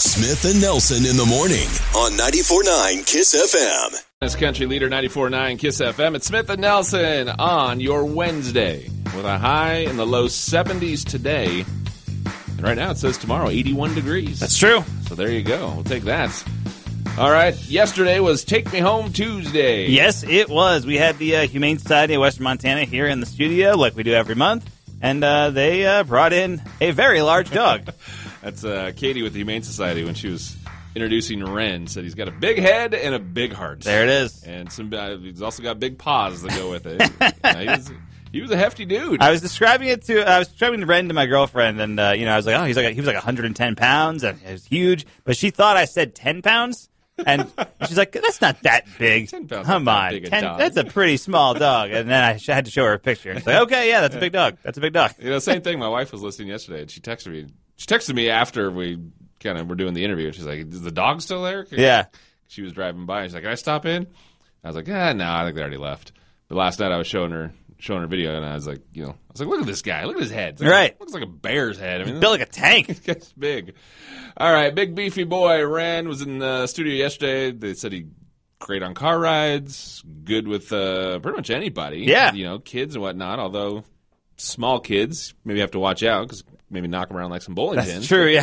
Smith and Nelson in the morning on 94.9 Kiss FM. This country leader 94.9 Kiss FM. It's Smith and Nelson on your Wednesday with a high in the low 70s today. And right now it says tomorrow 81 degrees. That's true. so there you go. We'll take that. All right. Yesterday was Take Me Home Tuesday. Yes, it was. We had the uh, Humane Society of Western Montana here in the studio, like we do every month, and uh, they uh, brought in a very large dog. That's uh, Katie with the Humane Society when she was introducing Ren said he's got a big head and a big heart. there it is. And some uh, he's also got big paws that go with it. Yeah, he, was, he was a hefty dude. I was describing it to I was describing the Ren to my girlfriend, and uh, you know I was like, oh, he's like he was like 110 pounds, and he was huge, but she thought I said 10 pounds. And she's like, "That's not that big. 10 pounds Come not that on, big a 10 dog." that's a pretty small dog." And then I sh- had to show her a picture. And she's like, "Okay, yeah, that's a big dog. That's a big dog." You know, same thing. My wife was listening yesterday, and she texted me. She texted me after we kind of were doing the interview. She's like, "Is the dog still there?" Yeah. She was driving by. She's like, "Can I stop in?" I was like, "Ah, no, I think they already left." But last night I was showing her showing her video, and I was like, you know, I was like, "Look at this guy. Look at his head. It's like- Right. Looks like a bear's head. I mean, Built like a tank. That's big. All right, big beefy boy Ren was in the studio yesterday. They said he great on car rides, good with uh, pretty much anybody. Yeah. you know, kids and whatnot. Although small kids maybe have to watch out because maybe knock them around like some bowling That's pins. true,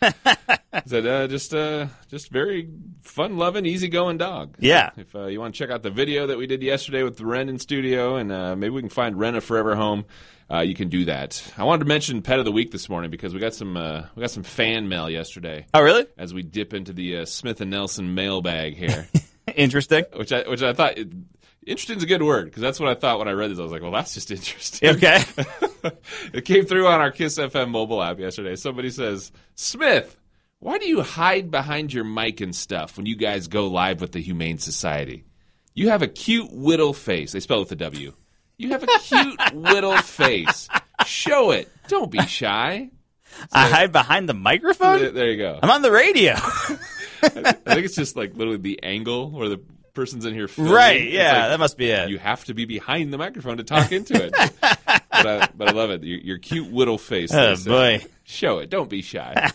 But, uh, said uh, just uh, just very fun loving, easy going dog. Yeah. If uh, you want to check out the video that we did yesterday with Ren in studio, and uh, maybe we can find Ren a forever home, uh, you can do that. I wanted to mention pet of the week this morning because we got some uh, we got some fan mail yesterday Oh, really? as we dip into the uh, Smith and Nelson mailbag here, Interesting. which I which I thought. Interesting is a good word because that's what I thought when I read this. I was like, "Well, that's just interesting." Okay. it came through on our Kiss FM mobile app yesterday. Somebody says, Smith, why do you hide behind your mic and stuff when you guys go live with the Humane Society? You have a cute whittle face. They spell it with a W. You have a cute whittle face. Show it. Don't be shy. I hide behind the microphone? There there you go. I'm on the radio. I think it's just like literally the angle where the person's in here. filming. right, It's yeah, like, that must be it. you have to be behind the microphone to talk into it. but, I, but I love it. Your, your cute whittle face. they Oh, say. boy. Show it. Don't be shy.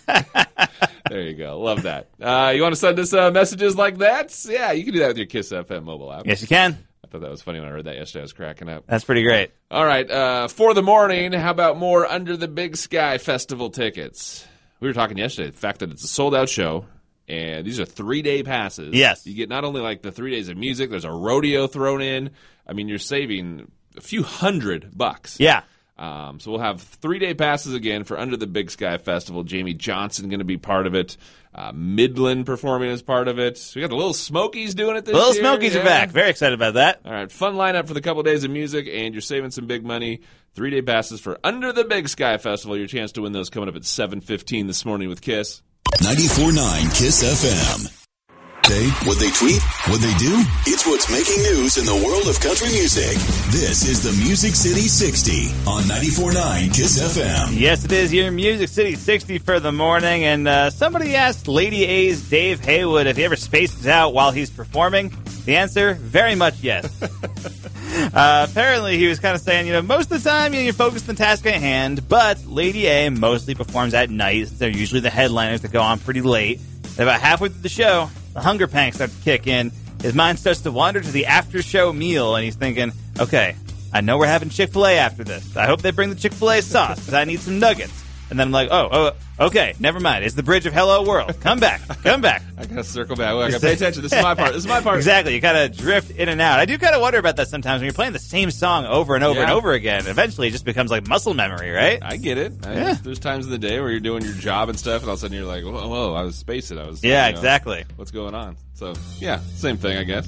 there you go. Love that. Uh, you want to send us uh, messages like that? Yeah, you can do that with your Kiss FM mobile app. yes, you can. I thought that was funny when I read that yesterday. I was cracking up. That's pretty great. All right. Uh, for the morning, how about more Under the Big Sky Festival tickets? We were talking yesterday, the fact that it's a sold out show. And these are three day passes. Yes. You get not only like the three days of music, there's a rodeo thrown in. I mean, you're saving a few hundred bucks. Yeah. Um, so we'll have three day passes again for Under the Big Sky Festival. Jamie Johnson going to be part of it. Uh, Midland performing as part of it. We got the Little Smokies doing it this Little year. Smokies Yeah. are back. Very excited about that. All right, fun lineup for the couple days of music, and you're saving some big money. Three day passes for Under the Big Sky Festival. Your chance to win those coming up at 7:15 this morning with Kiss. 94.9 Kiss FM. They, what they tweet, what they do, it's what's making news in the world of country music. This is the Music City 60 on 94.9 Kiss FM. Yes, it is your Music City 60 for the morning. And uh, somebody asked Lady A's Dave Haywood if he ever spaces out while he's performing. The answer, very much yes. uh, apparently, he was kind of saying, you know, most of the time you know, you're focused on the task at hand, but Lady A mostly performs at night. They're usually the headliners that go on pretty late. And about halfway through the show, the hunger pangs start to kick in. His mind starts to wander to the after show meal, and he's thinking, okay, I know we're having Chick fil A after this. I hope they bring the Chick fil A sauce because I need some nuggets. And then I'm like, oh, oh, okay, never mind. It's the bridge of Hello World. Come back, come back. I gotta circle back. I gotta pay attention. This is my part. This is my part. Exactly. You kind of drift in and out. I do kind of wonder about that sometimes when you're playing the same song over and over Yeah. and over again. Eventually, it just becomes like muscle memory, right? I get it. I- Yeah. There's times in the day where you're doing your job and stuff, and all of a sudden you're like, "Whoa, whoa I was spacing. I was Yeah, you know, exactly. What's going on?" So yeah, same thing, I guess.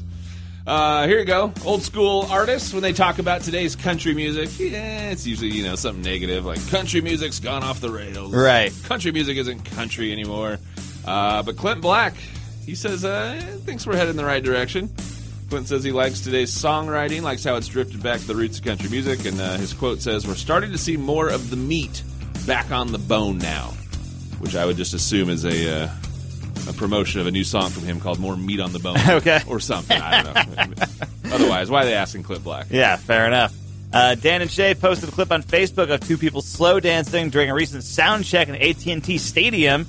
Uh, here you go. Old school artists when they talk about today's country music, yeah, it's usually you know something negative like country music's gone off the rails. Right. Country music isn't country anymore. Uh, but Clint Black, he says, uh, thinks we're headed in the right direction. Clint says he likes today's songwriting, likes how it's drifted back to the roots of country music, and uh, his quote says, "We're starting to see more of the meat back on the bone now," which I would just assume is a uh, a promotion of a new song from him called "More Meat on the Bone," Okay. or something. I don't know. Otherwise, why are they asking Clint Black? Yeah, fair enough. Uh, Dan and Shay posted a clip on Facebook of two people slow dancing during a recent sound check in AT&T Stadium.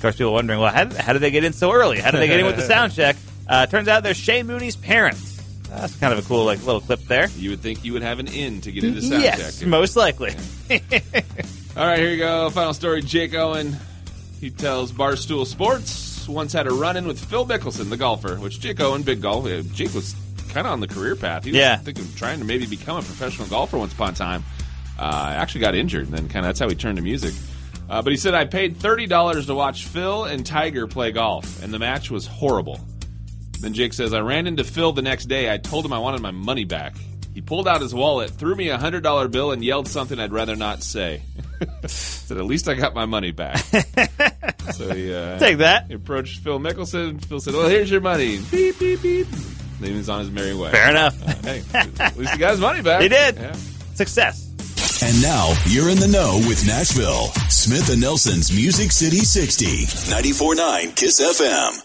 course, people wondering, well, how, how did they get in so early? How did they get in with the sound check? Uh, turns out they're Shea Mooney's parents. That's kind of a cool like little clip there. You would think you would have an in to get into sound yes, check. most likely. All right, here you go. Final story. Jake Owen. He tells Barstool Sports once had a run-in with Phil Mickelson, the golfer, which Jake Owen, big golf. uh, Jake was kind of on the career path. He was Yeah. thinking of trying to maybe become a professional golfer once upon a time. Uh, actually got injured, and then kind of that's how he turned to music. Uh, but he said, "I paid thirty dollars to watch Phil and Tiger play golf, and the match was horrible." Then Jake says, I ran into Phil the next day. I told him I wanted my money back. He pulled out his wallet, threw me a $100 bill, and yelled something I'd rather not say. said, At least I got my money back. so he, uh, Take that. he approached Phil Mickelson. Phil said, Well, here's your money. Beep, beep, beep. Then he was on his merry way. Fair enough. Hey, at least he got his money back. He did. Yeah. Success. And now you're in the know with Nashville. Smith and Nelson's Music City 60, 94.9 Kiss FM.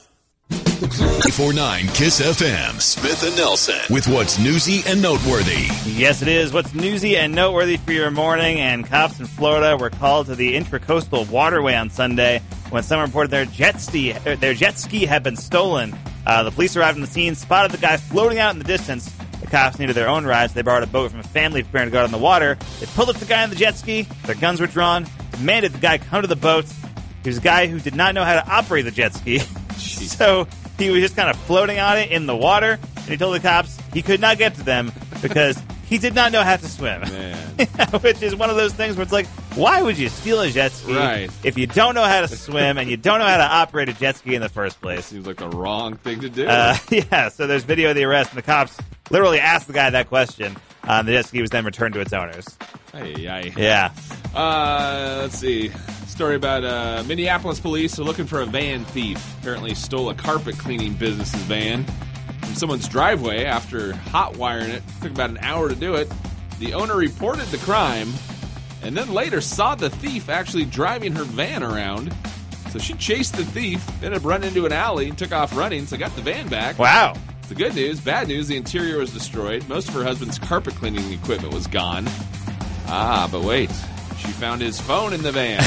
94.9 Kiss FM, Smith and Nelson. With what's newsy and noteworthy. Yes, it is. What's newsy and noteworthy for your morning? And cops in Florida were called to the intracoastal waterway on Sunday when someone reported their jet ski their jet ski had been stolen. Uh, the police arrived on the scene, spotted the guy floating out in the distance. The cops needed their own rides. They borrowed a boat from a family preparing to go out on the water. They pulled up the guy on the jet ski. Their guns were drawn. Demanded the guy come to the boat. He was a guy who did not know how to operate the jet ski. So he was just kind of floating on it in the water, and he told the cops he could not get to them because he did not know how to swim. Man. Which is one of those things where it's like, why would you steal a jet ski Right. if you don't know how to swim and you don't know how to operate a jet ski in the first place? Seems like the wrong thing to do. Uh, yeah, so there's video of the arrest, and the cops literally asked the guy that question. Uh, and the jet ski was then returned to its owners. Ay, ay. Yeah. Uh, let's see. Story about uh, Minneapolis police are looking for a van thief. Apparently, stole a carpet cleaning business's van from someone's driveway after hot wiring it. Took about an hour to do it. The owner reported the crime, and then later saw the thief actually driving her van around. So she chased the thief, ended up running into an alley, and took off running. So got the van back. Wow. The good news, bad news, the interior was destroyed. Most of her husband's carpet cleaning equipment was gone. Ah, but wait. She found his phone in the van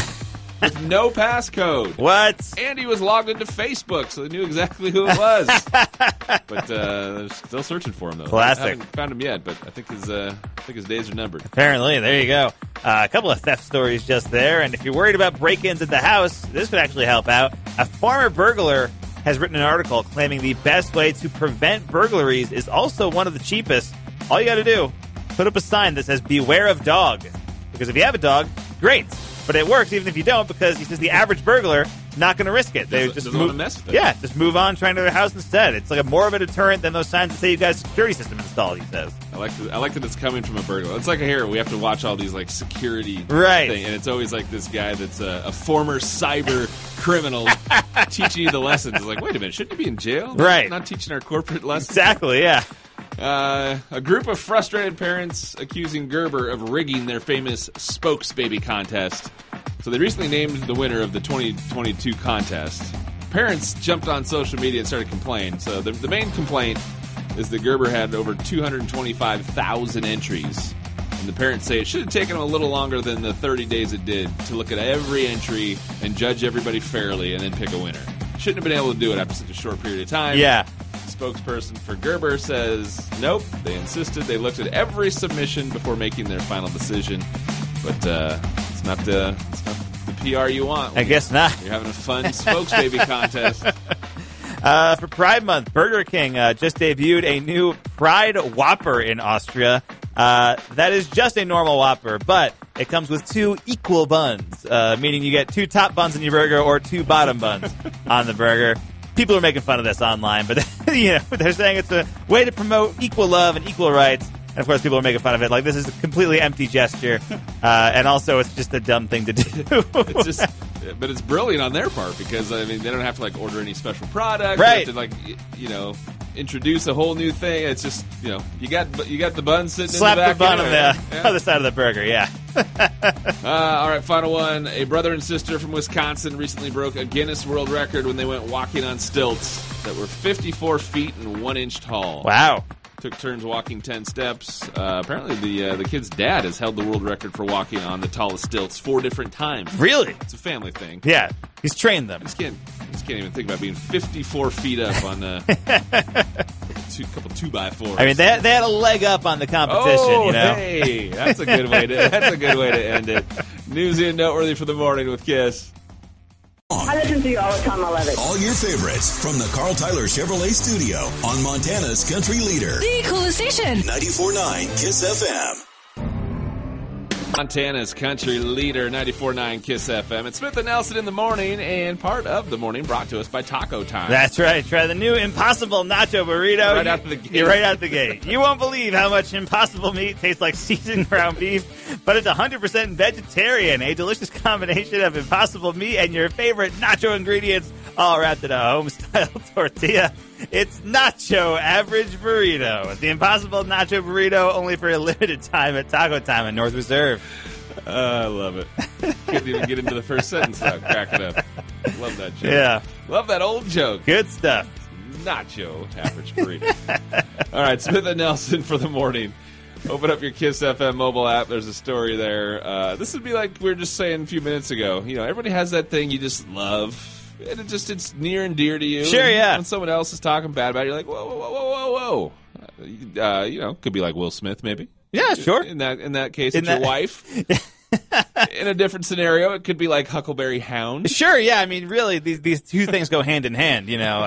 with no passcode. What? And he was logged into Facebook, so they knew exactly who it was. but uh, they're still searching for him, though. Classic. I haven't found him yet, but I think his, uh, I think his days are numbered. Apparently, there you go. Uh, a couple of theft stories just there. And if you're worried about break ins at the house, this could actually help out. A former burglar has written an article claiming the best way to prevent burglaries is also one of the cheapest. All you got to do, put up a sign that says, Beware of dog. Because if you have a dog, great. But it works even if you don't, because he says the average burglar not going to risk it. They Doesn't- just doesn't move, wanna mess with it. yeah, just move on, try another house instead. It's like a more of a deterrent than those signs that say you got a security system installed. He says, I like, that, I like that it's coming from a burglar. It's like here we have to watch all these like security Right. thing, and it's always like this guy that's a, a former cyber criminal teaching you the lessons. It's like, wait a minute, shouldn't you be in jail? Right. not teaching our corporate lessons. exactly, yeah. Uh, a group of frustrated parents accusing Gerber of rigging their famous Spokes Baby contest. So they recently named the winner of the 2022 contest. Parents jumped on social media and started complaining. So the, the main complaint is that Gerber had over 225,000 entries. And the parents say it should have taken them a little longer than the 30 days it did to look at every entry and judge everybody fairly and then pick a winner. Shouldn't have been able to do it after such a short period of time Yeah. spokesperson for Gerber says nope. They insisted they looked at every submission before making their final decision, but uh, it's not the it's not the PR you want. I guess not. you're having a fun spokes baby contest. Uh, for Pride Month, Burger King uh, just debuted a new Pride Whopper in Austria. Uh, that is just a normal Whopper, but it comes with two equal buns, uh, meaning you get two top buns in your burger or two bottom buns on the burger. People are making fun of this online, but you know they're saying it's a way to promote equal love and equal rights. And of course, people are making fun of it. Like this is a completely empty gesture, uh, and also it's just a dumb thing to do. It's just. But it's brilliant on their part because I mean they don't have to like order any special product, They Right. Have to like y- you know introduce a whole new thing. It's just you know you got you got the bun sitting Slap in the back the bun on anyway. the Yeah. other side of the burger. Yeah. Uh, all right, final one. A brother and sister from Wisconsin recently broke a Guinness World Record when they went walking on stilts that were 54 feet and one inch tall. Wow. Took turns walking ten steps. Uh, apparently, the uh, the kid's dad has held the world record for walking on the tallest stilts four different times. Really? It's a family thing. Yeah. He's trained them. This can't this can't even think about being 54 feet up on a two, couple two by fours. I mean, they, they had a leg up on the competition, oh, you know? hey, that's a good way to that's a good way to end it. News and noteworthy for the morning with Kiss. I listen to you all the time. I love it. All your favorites from the Carl Tyler Chevrolet Studio on Montana's country leader. The coolest station. 94.9 Kiss FM. Montana's country leader, 94.9 Kiss FM. It's Smith and Nelson in the morning, and part of the morning brought to us by Taco Time. That's right. Try the new Impossible Nacho Burrito. Right out the gate. You're right out the gate. You won't believe how much Impossible meat tastes like seasoned ground beef, but it's 100% vegetarian. A delicious combination of Impossible meat and your favorite nacho ingredients, all wrapped in a home-style tortilla. It's Nacho Average Burrito. The Impossible Nacho Burrito, only for a limited time at Taco Time in North Reserve. Uh, I love it. Couldn't even get into the first sentence without cracking up. Love that joke. Yeah, Love that old joke. good stuff. Nacho average burrito. All right, Smith and Nelson for the morning. Open up your Kiss FM mobile app. There's a story there. Uh, this would be like we were just saying a few minutes ago. You know, everybody has that thing you just love. And it just it's near and dear to you. Sure, And yeah. When someone else is talking bad about it, you're like, whoa, whoa, whoa, whoa, whoa, whoa. Uh, you know, could be like Will Smith, maybe. Yeah, sure. In that in that case, In it's that- your wife. in a different scenario, it could be like Huckleberry Hound. Sure, yeah. I mean, really, these these two things go hand in hand. You know,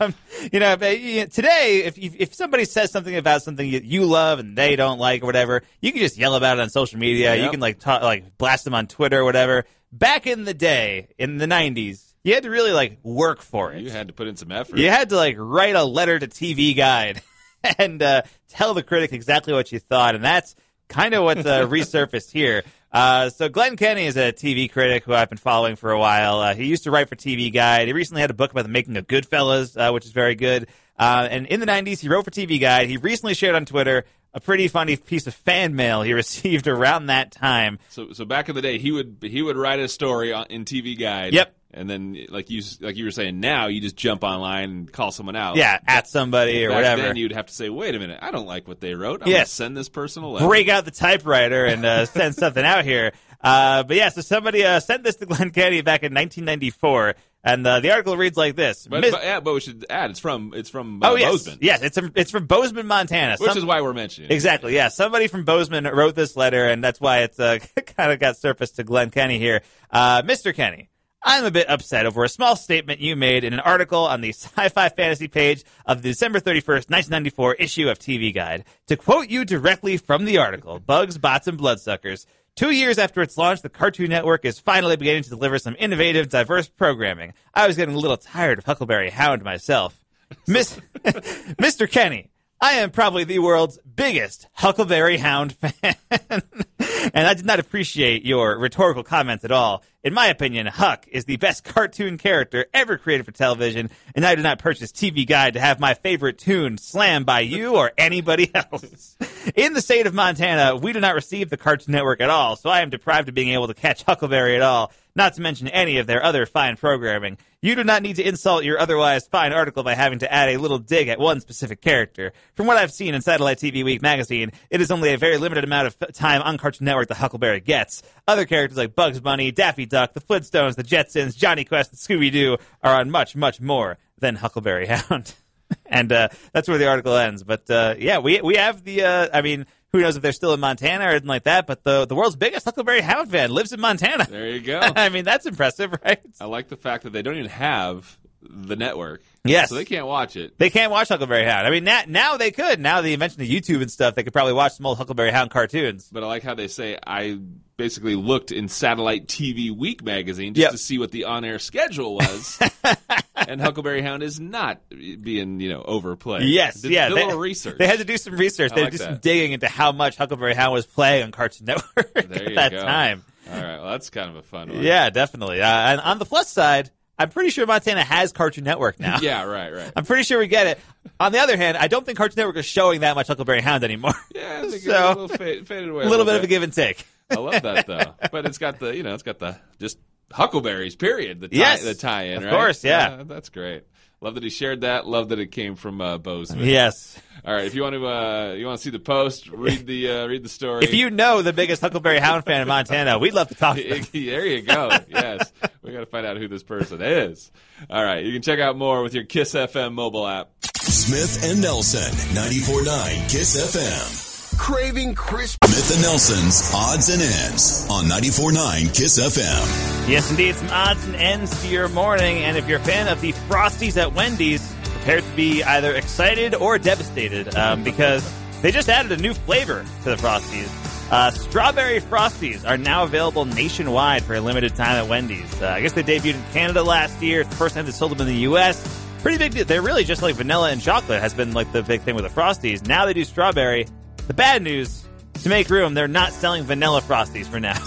uh, you know. But, you know, today, if you- if somebody says something about something that you love and they don't like or whatever, you can just yell about it on social media. You Yep. can like talk, like blast them on Twitter or whatever. Back in the day, in the '90s, you had to really like work for it. You had to put in some effort. You had to like write a letter to TV Guide and uh, tell the critic exactly what you thought, and that's kind of what uh, resurfaced here. Uh, so Glenn Kenny is a TV critic who I've been following for a while. Uh, he used to write for TV Guide. He recently had a book about the making of Goodfellas, uh, which is very good. Uh, and in the 90s, he wrote for TV Guide. He recently shared on Twitter a pretty funny piece of fan mail he received around that time. So, so back in the day, he would he would write a story on, in TV Guide. Yep. And then, like you s- like you were saying, now you just jump online and call someone out. Yeah, at somebody or Back whatever. Then you'd have to say, "Wait a minute, I don't like what they wrote. I'm Yeah. gonna send this person a letter." break out the typewriter and uh, send something out here. Uh, but yeah, so somebody uh, sent this to Glenn Kennedy back in 1994, and uh, the article reads like this: But, Miss- but, yeah, but we should add it's from it's from uh, Oh yes, Bozeman, yes, it's from, it's from Bozeman, Montana. which Some- is why we're mentioning. it. Exactly. Yeah. Somebody from Bozeman wrote this letter, and that's why it's uh, kind of got surfaced to Glenn Kenny here. Uh, Mr. Kenny, I'm a bit upset over a small statement you made in an article on the sci fi fantasy page of the December 31st, 1994 issue of TV Guide. To quote you directly from the article Bugs, Bots, and Bloodsuckers. Two years after its launch, the Cartoon Network is finally beginning to deliver some innovative, diverse programming. I was getting a little tired of Huckleberry Hound myself. Miss- Mr. Kenny, I am probably the world's biggest Huckleberry Hound fan, and I did not appreciate your rhetorical comments at all. In my opinion, Huck is the best cartoon character ever created for television, and I did not purchase TV Guide to have my favorite tune slammed by you or anybody else. In the state of Montana, we do not receive the Cartoon Network at all, so I am deprived of being able to catch Huckleberry at all, not to mention any of their other fine programming. You do not need to insult your otherwise fine article by having to add a little dig at one specific character. From what I've seen in Satellite TV Week magazine, it is only a very limited amount of f- time on Cartoon Network that Huckleberry gets. Other characters like Bugs Bunny, Daffy Duck, the Flintstones, the Jetsons, Johnny Quest, and Scooby Doo are on much, much more than Huckleberry Hound. and uh, that's where the article ends. But uh, yeah, we we have the. Uh, I mean, who knows if they're still in Montana or anything like that? But the the world's biggest Huckleberry Hound fan lives in Montana. There you go. I mean, that's impressive, right? I like the fact that they don't even have the network. Yes. So they can't watch it. They can't watch Huckleberry Hound. I mean, now, now they could. Now the invention of YouTube and stuff, they could probably watch some old Huckleberry Hound cartoons. But I like how they say I basically looked in Satellite TV Week magazine just Yep. to see what the on-air schedule was, and Huckleberry Hound is not being you know overplayed. Yes, did, yeah. did they, a little research. They had to do some research. I they like had to do some that. digging into how much Huckleberry Hound was playing on Cartoon Network There at you that go. time. All right, well, that's kind of a fun one. Yeah, definitely. Uh, and on the plus side, I'm pretty sure Montana has Cartoon Network now. yeah, right, right. I'm pretty sure we get it. On the other hand, I don't think Cartoon Network is showing that much Huckleberry Hound anymore. Yeah, I think it So- was a little fade, faded away. a little bit of a give and take. I love that though, but it's got the you know it's got the just huckleberries. Period. The tie, Yes, the tie-in. of right? course, yeah. that's great. Love that he shared that. Love that it came from uh, Bozeman. Yes. All right. If you want to, uh, you want to see the post, read the uh, read the story. If you know the biggest Huckleberry Hound fan in Montana, we'd love to talk to them. there you go. Yes, we got to find out who this person is. All right, you can check out more with your Kiss FM mobile app. Smith and Nelson, 94.9 Kiss FM. Craving crisp. Smith and Nelson's Odds and Ends on 94.9 Kiss FM. Yes, indeed. Some odds and ends to your morning. And if you're a fan of the Frosties at Wendy's, prepare to be either excited or devastated um, because they just added a new flavor to the Frosties. Uh, strawberry Frosties are now available nationwide for a limited time at Wendy's. Uh, I guess they debuted in Canada last year. It's the first time they sold them in the U.S. Pretty big deal. They're really just like vanilla and chocolate has been like the big thing with the Frosties. Now they do strawberry. The bad news, to make room, they're not selling vanilla Frosties for now.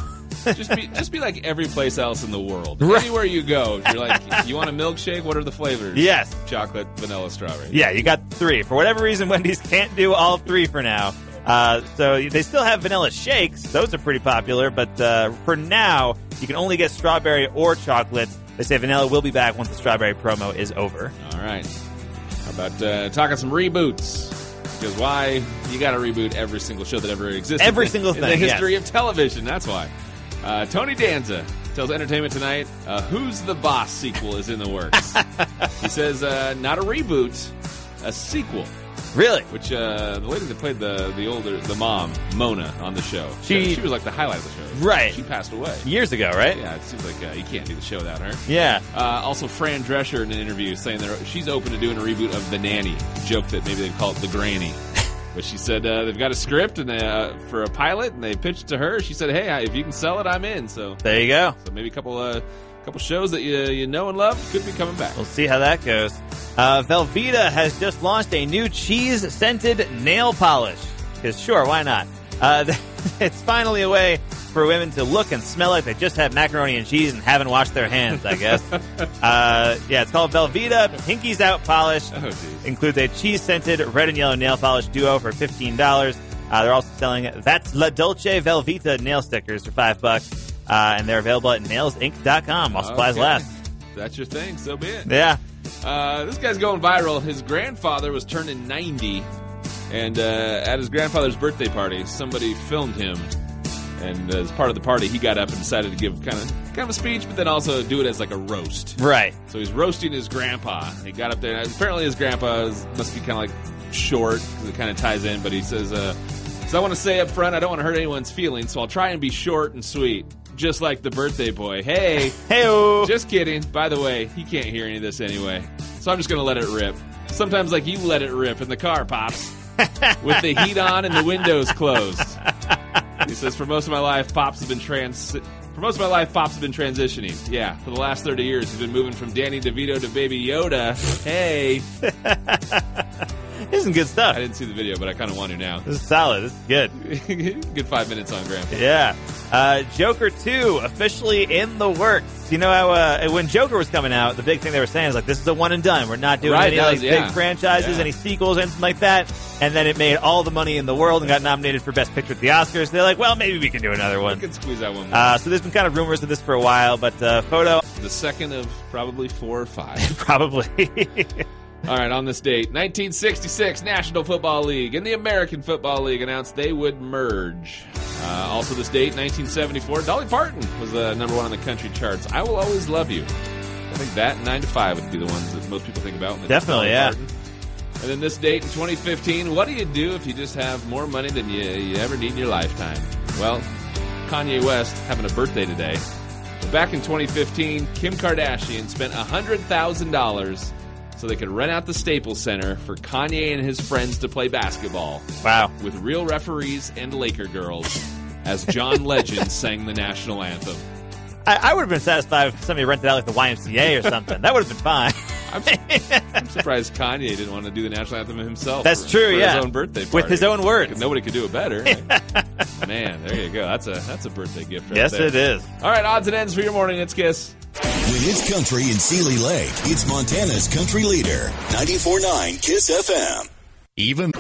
Just be just be like every place else in the world. Anywhere you go, you're like, you want a milkshake? What are the flavors? yes. chocolate, vanilla, strawberry. Yeah, you got three. For whatever reason, Wendy's can't do all three for now. Uh, so they still have vanilla shakes. Those are pretty popular, but uh, for now, you can only get strawberry or chocolate. They say vanilla will be back once the strawberry promo is over. All right. How about uh, talking some reboots? Because why? You got to reboot every single show that ever existed. Every in- single In the thing, yes. history of television, that's why. Uh, Tony Danza tells Entertainment Tonight uh, Who's the Boss sequel is in the works. he says, uh, not a reboot, a sequel. Really? Which uh, the lady that played the the older the mom Mona on the show, She- she was like the highlight of the show. Right. she passed away. Years ago, right? Yeah, it seems like uh, you can't do the show without her. Yeah. Uh, also, Fran Drescher in an interview saying that she's open to doing a reboot of The Nanny. Joke that maybe they'd call it The Granny. But she said uh, they've got a script and uh, for a pilot, and they pitched it to her. She said, "Hey, I- if you can sell it, I'm in." So, There you go. so maybe a couple, uh, couple shows that you you know and love could be coming back. We'll see how that goes. Uh, Velveeta has just launched a new cheese scented nail polish. Because, sure, why not? Uh, it's finally a way for women to look and smell like they just had macaroni and cheese and haven't washed their hands, I guess. uh, yeah, it's called Velveeta Pinkies Out Polish. Oh, geez. Includes a cheese scented red and yellow nail polish duo for $15. Uh, they're also selling That's La Dolce Velveeta nail stickers for 5 bucks. Uh, and they're available at nailsinc.com while supplies Okay. last. If That's your thing. So be it. Yeah. Uh, this guy's going viral. His grandfather was turning 90, and uh, at his grandfather's birthday party, somebody filmed him. And uh, as part of the party, he got up and decided to give kind of kind of a speech, but then also do it as like a roast. Right. So he's roasting his grandpa. He got up there, and apparently his grandpa is, must be kind of like short because it kind of ties in. But he says, uh, "So I want to say up front, I don't want to hurt anyone's feelings, so I'll try and be short and sweet, just like the birthday boy." Hey. Hey, Just kidding. By the way, he can't hear any of this anyway. So I'm just going to let it rip. Sometimes, like, you let it rip in the car, Pops, with the heat on and the windows closed. He says, For most of my life, Pops have been trans. For most of my life, Pops have been transitioning. Yeah, for the last 30 years, he's been moving from Danny DeVito to Baby Yoda. Hey. this is good I stuff. didn't see the video, but I kind of want to now. This is solid. This is good. Good five minutes on Grandpa. Yeah. Uh, Joker 2 officially in the works. You know how uh, when Joker was coming out, the big thing they were saying is like, this is a one and done. We're not doing Right, any that like was- yeah. big franchises, Yeah. any sequels, anything like that. And then it made all the money in the world and got nominated for Best Picture at the Oscars. They're like, well, maybe we can do another I one. could squeeze that one more. Uh, so there's been kind of rumors of this for a while, but uh, photo the second of probably four or five. probably. All right, on this date, 1966, National Football League and the American Football League announced they would merge. Uh, also, this date, 1974, Dolly Parton was uh, number one on the country charts. I will always love you. I think that and nine to five would be the ones that most people think about. when they think Definitely, Dolly yeah. Parton. And then this date in 2015, what do you do if you just have more money than you, you ever need in your lifetime? Well, Kanye West having a birthday today. But Back in 2015, Kim Kardashian spent $100,000 so they could rent out the Staples Center for Kanye and his friends to play basketball wow. with real referees and Laker girls as John Legend sang the national anthem. I, I would have been satisfied if somebody rented out like the YMCA or something. that would have been fine. I'm, I'm surprised Kanye didn't want to do the national anthem himself. That's for- true, for yeah. His own birthday With party. his own words. 'Cause Nobody could do it better. right? Man, there you go. That's a that's a birthday gift. Right yes, there. it is. All right, odds and ends for your morning. It's Kiss. When it's country in Sealy Lake, it's Montana's country leader, 94.9 Kiss FM. Even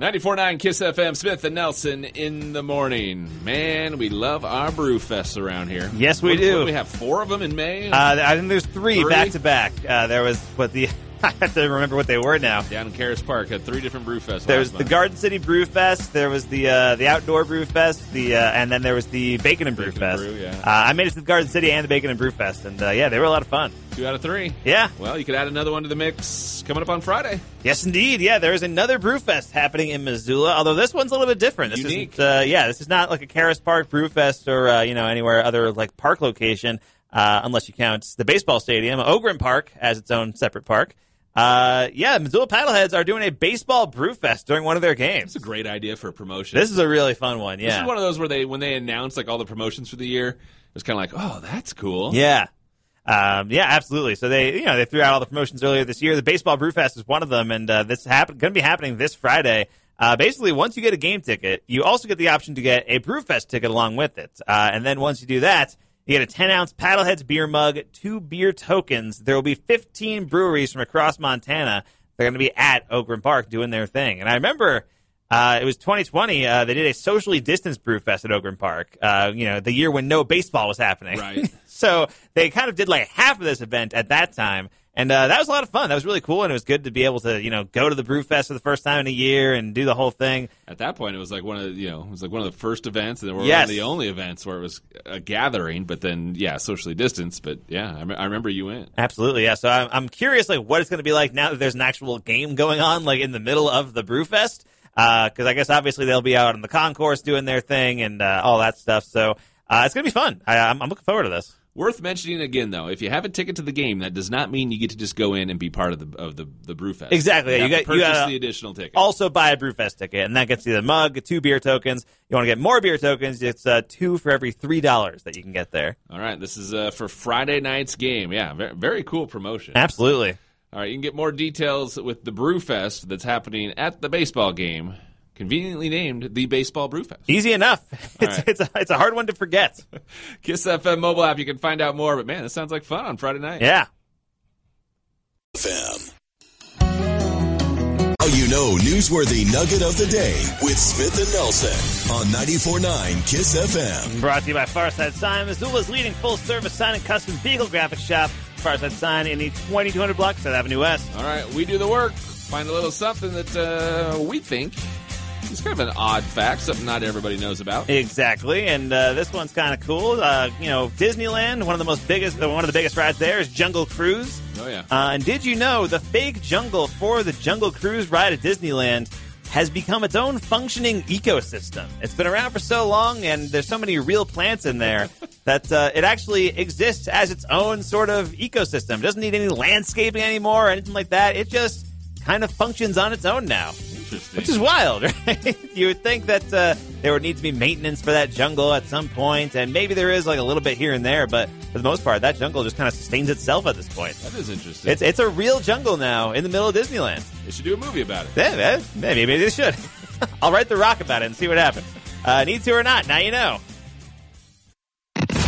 94.9 Kiss FM, Smith and Nelson in the morning. Man, we love our brew fests around here. Yes, we What- what do. we have four of them in May. Uh, I think there's three Three? back to back. Uh, There was what the I have to remember what they were now. down in Karis Park at three different brew fests. There was last the month. Garden City Brew Fest. There was the uh, the outdoor Brew Fest. The uh, and then there was the Bacon and Brew Bacon and Fest. Brew, yeah. uh, I made it to the Garden City and the Bacon and Brew Fest, and uh, yeah, they were a lot of fun. two out of three. Yeah. Well, you could add another one to the mix coming up on Friday. Yes, indeed. Yeah, there is another brew fest happening in Missoula. Although this one's a little bit different. This Unique. Isn't, uh, yeah, this is not like a Karis Park brew fest or uh, you know anywhere other like park location, uh, unless you count the baseball stadium, Ogren Park as its own separate park. Uh, yeah, Missoula Paddleheads are doing a baseball brew fest during one of their games. It's a great idea for a promotion. This is a really fun one. This Yeah, is one of those where they when they announce like all the promotions for the year, it's kind of like, oh, that's cool. Yeah. Um, yeah, absolutely. So they, you know, they threw out all the promotions earlier this year. The baseball brew fest is one of them, and uh, this happen going to be happening this Friday. Uh, basically, once you get a game ticket, you also get the option to get a brew fest ticket along with it. Uh, and then once you do that, you get a 10 ounce paddleheads beer mug, two beer tokens. There will be 15 breweries from across Montana. They're going to be at Oakland Park doing their thing. And I remember uh, it was 2020. Uh, they did a socially distanced brew fest at Oakland Park. Uh, you know, the year when no baseball was happening. Right. so they kind of did like half of this event at that time, and uh, that was a lot of fun. That was really cool, and it was good to be able to you know go to the brew fest for the first time in a year and do the whole thing. At that point, it was like one of the, you know it was like one of the first events, and then we're Yes. one of the only events where it was a gathering. But then, yeah, socially distanced. But yeah, I, me- I remember you went. Absolutely, yeah. So I'm, I'm curious, like, what it's going to be like now that there's an actual game going on, like in the middle of the Brewfest, because I guess obviously they'll be out on the concourse doing their thing and uh, all that stuff. So uh, it's going to be fun. I, I'm, I'm looking forward to this. Worth mentioning again, though, if you have a ticket to the game, that does not mean you get to just go in and be part of the of the the brew fest. Exactly. You, have You to got- you purchase gotta- the additional ticket. Also, buy a Brewfest ticket, and that gets you the mug, two beer tokens. You want to get more beer tokens? It's uh, two for every three dollars that you can get there. All right, this is uh, for Friday night's game. Yeah, very, very cool promotion. Absolutely. All right, you can get more details with the Brewfest that's happening at the baseball game, conveniently named the Baseball Brewfest. Easy enough. It's, right. it's, a, it's a hard one to forget. Kiss FM mobile app, you can find out more. But man, this sounds like fun on Friday night. Yeah. FM. Now you know newsworthy nugget of the day with Smith and Nelson on 94.9 Kiss FM. Brought to you by Farside Sign, Missoula's leading full service sign and custom vehicle graphic shop. Farside Sign in the 2200 block, South Avenue West. All right, we do the work. Find a little something that uh, we think is kind of an odd fact, something not everybody knows about. Exactly, and uh, this one's kind of cool. Uh, you know, Disneyland. One of the most biggest, uh, one of the biggest rides there is Jungle Cruise. Oh, yeah. Uh, and did you know the fake jungle for the Jungle Cruise ride at Disneyland has become its own functioning ecosystem? It's been around for so long, and there's so many real plants in there that uh, it actually exists as its own sort of ecosystem. It doesn't need any landscaping anymore or anything like that. It just kind of functions on its own now. Interesting. Which is wild, right? you would think that uh, there would need to be maintenance for that jungle at some point, and maybe there is like a little bit here and there, but for the most part, that jungle just kind of sustains itself at this point. that is interesting. It's it's a real jungle now in the middle of Disneyland. they should do a movie about it. Yeah, yeah, maybe maybe they should. I'll write the rock about it and see what happens. Uh, need to or not? Now you know.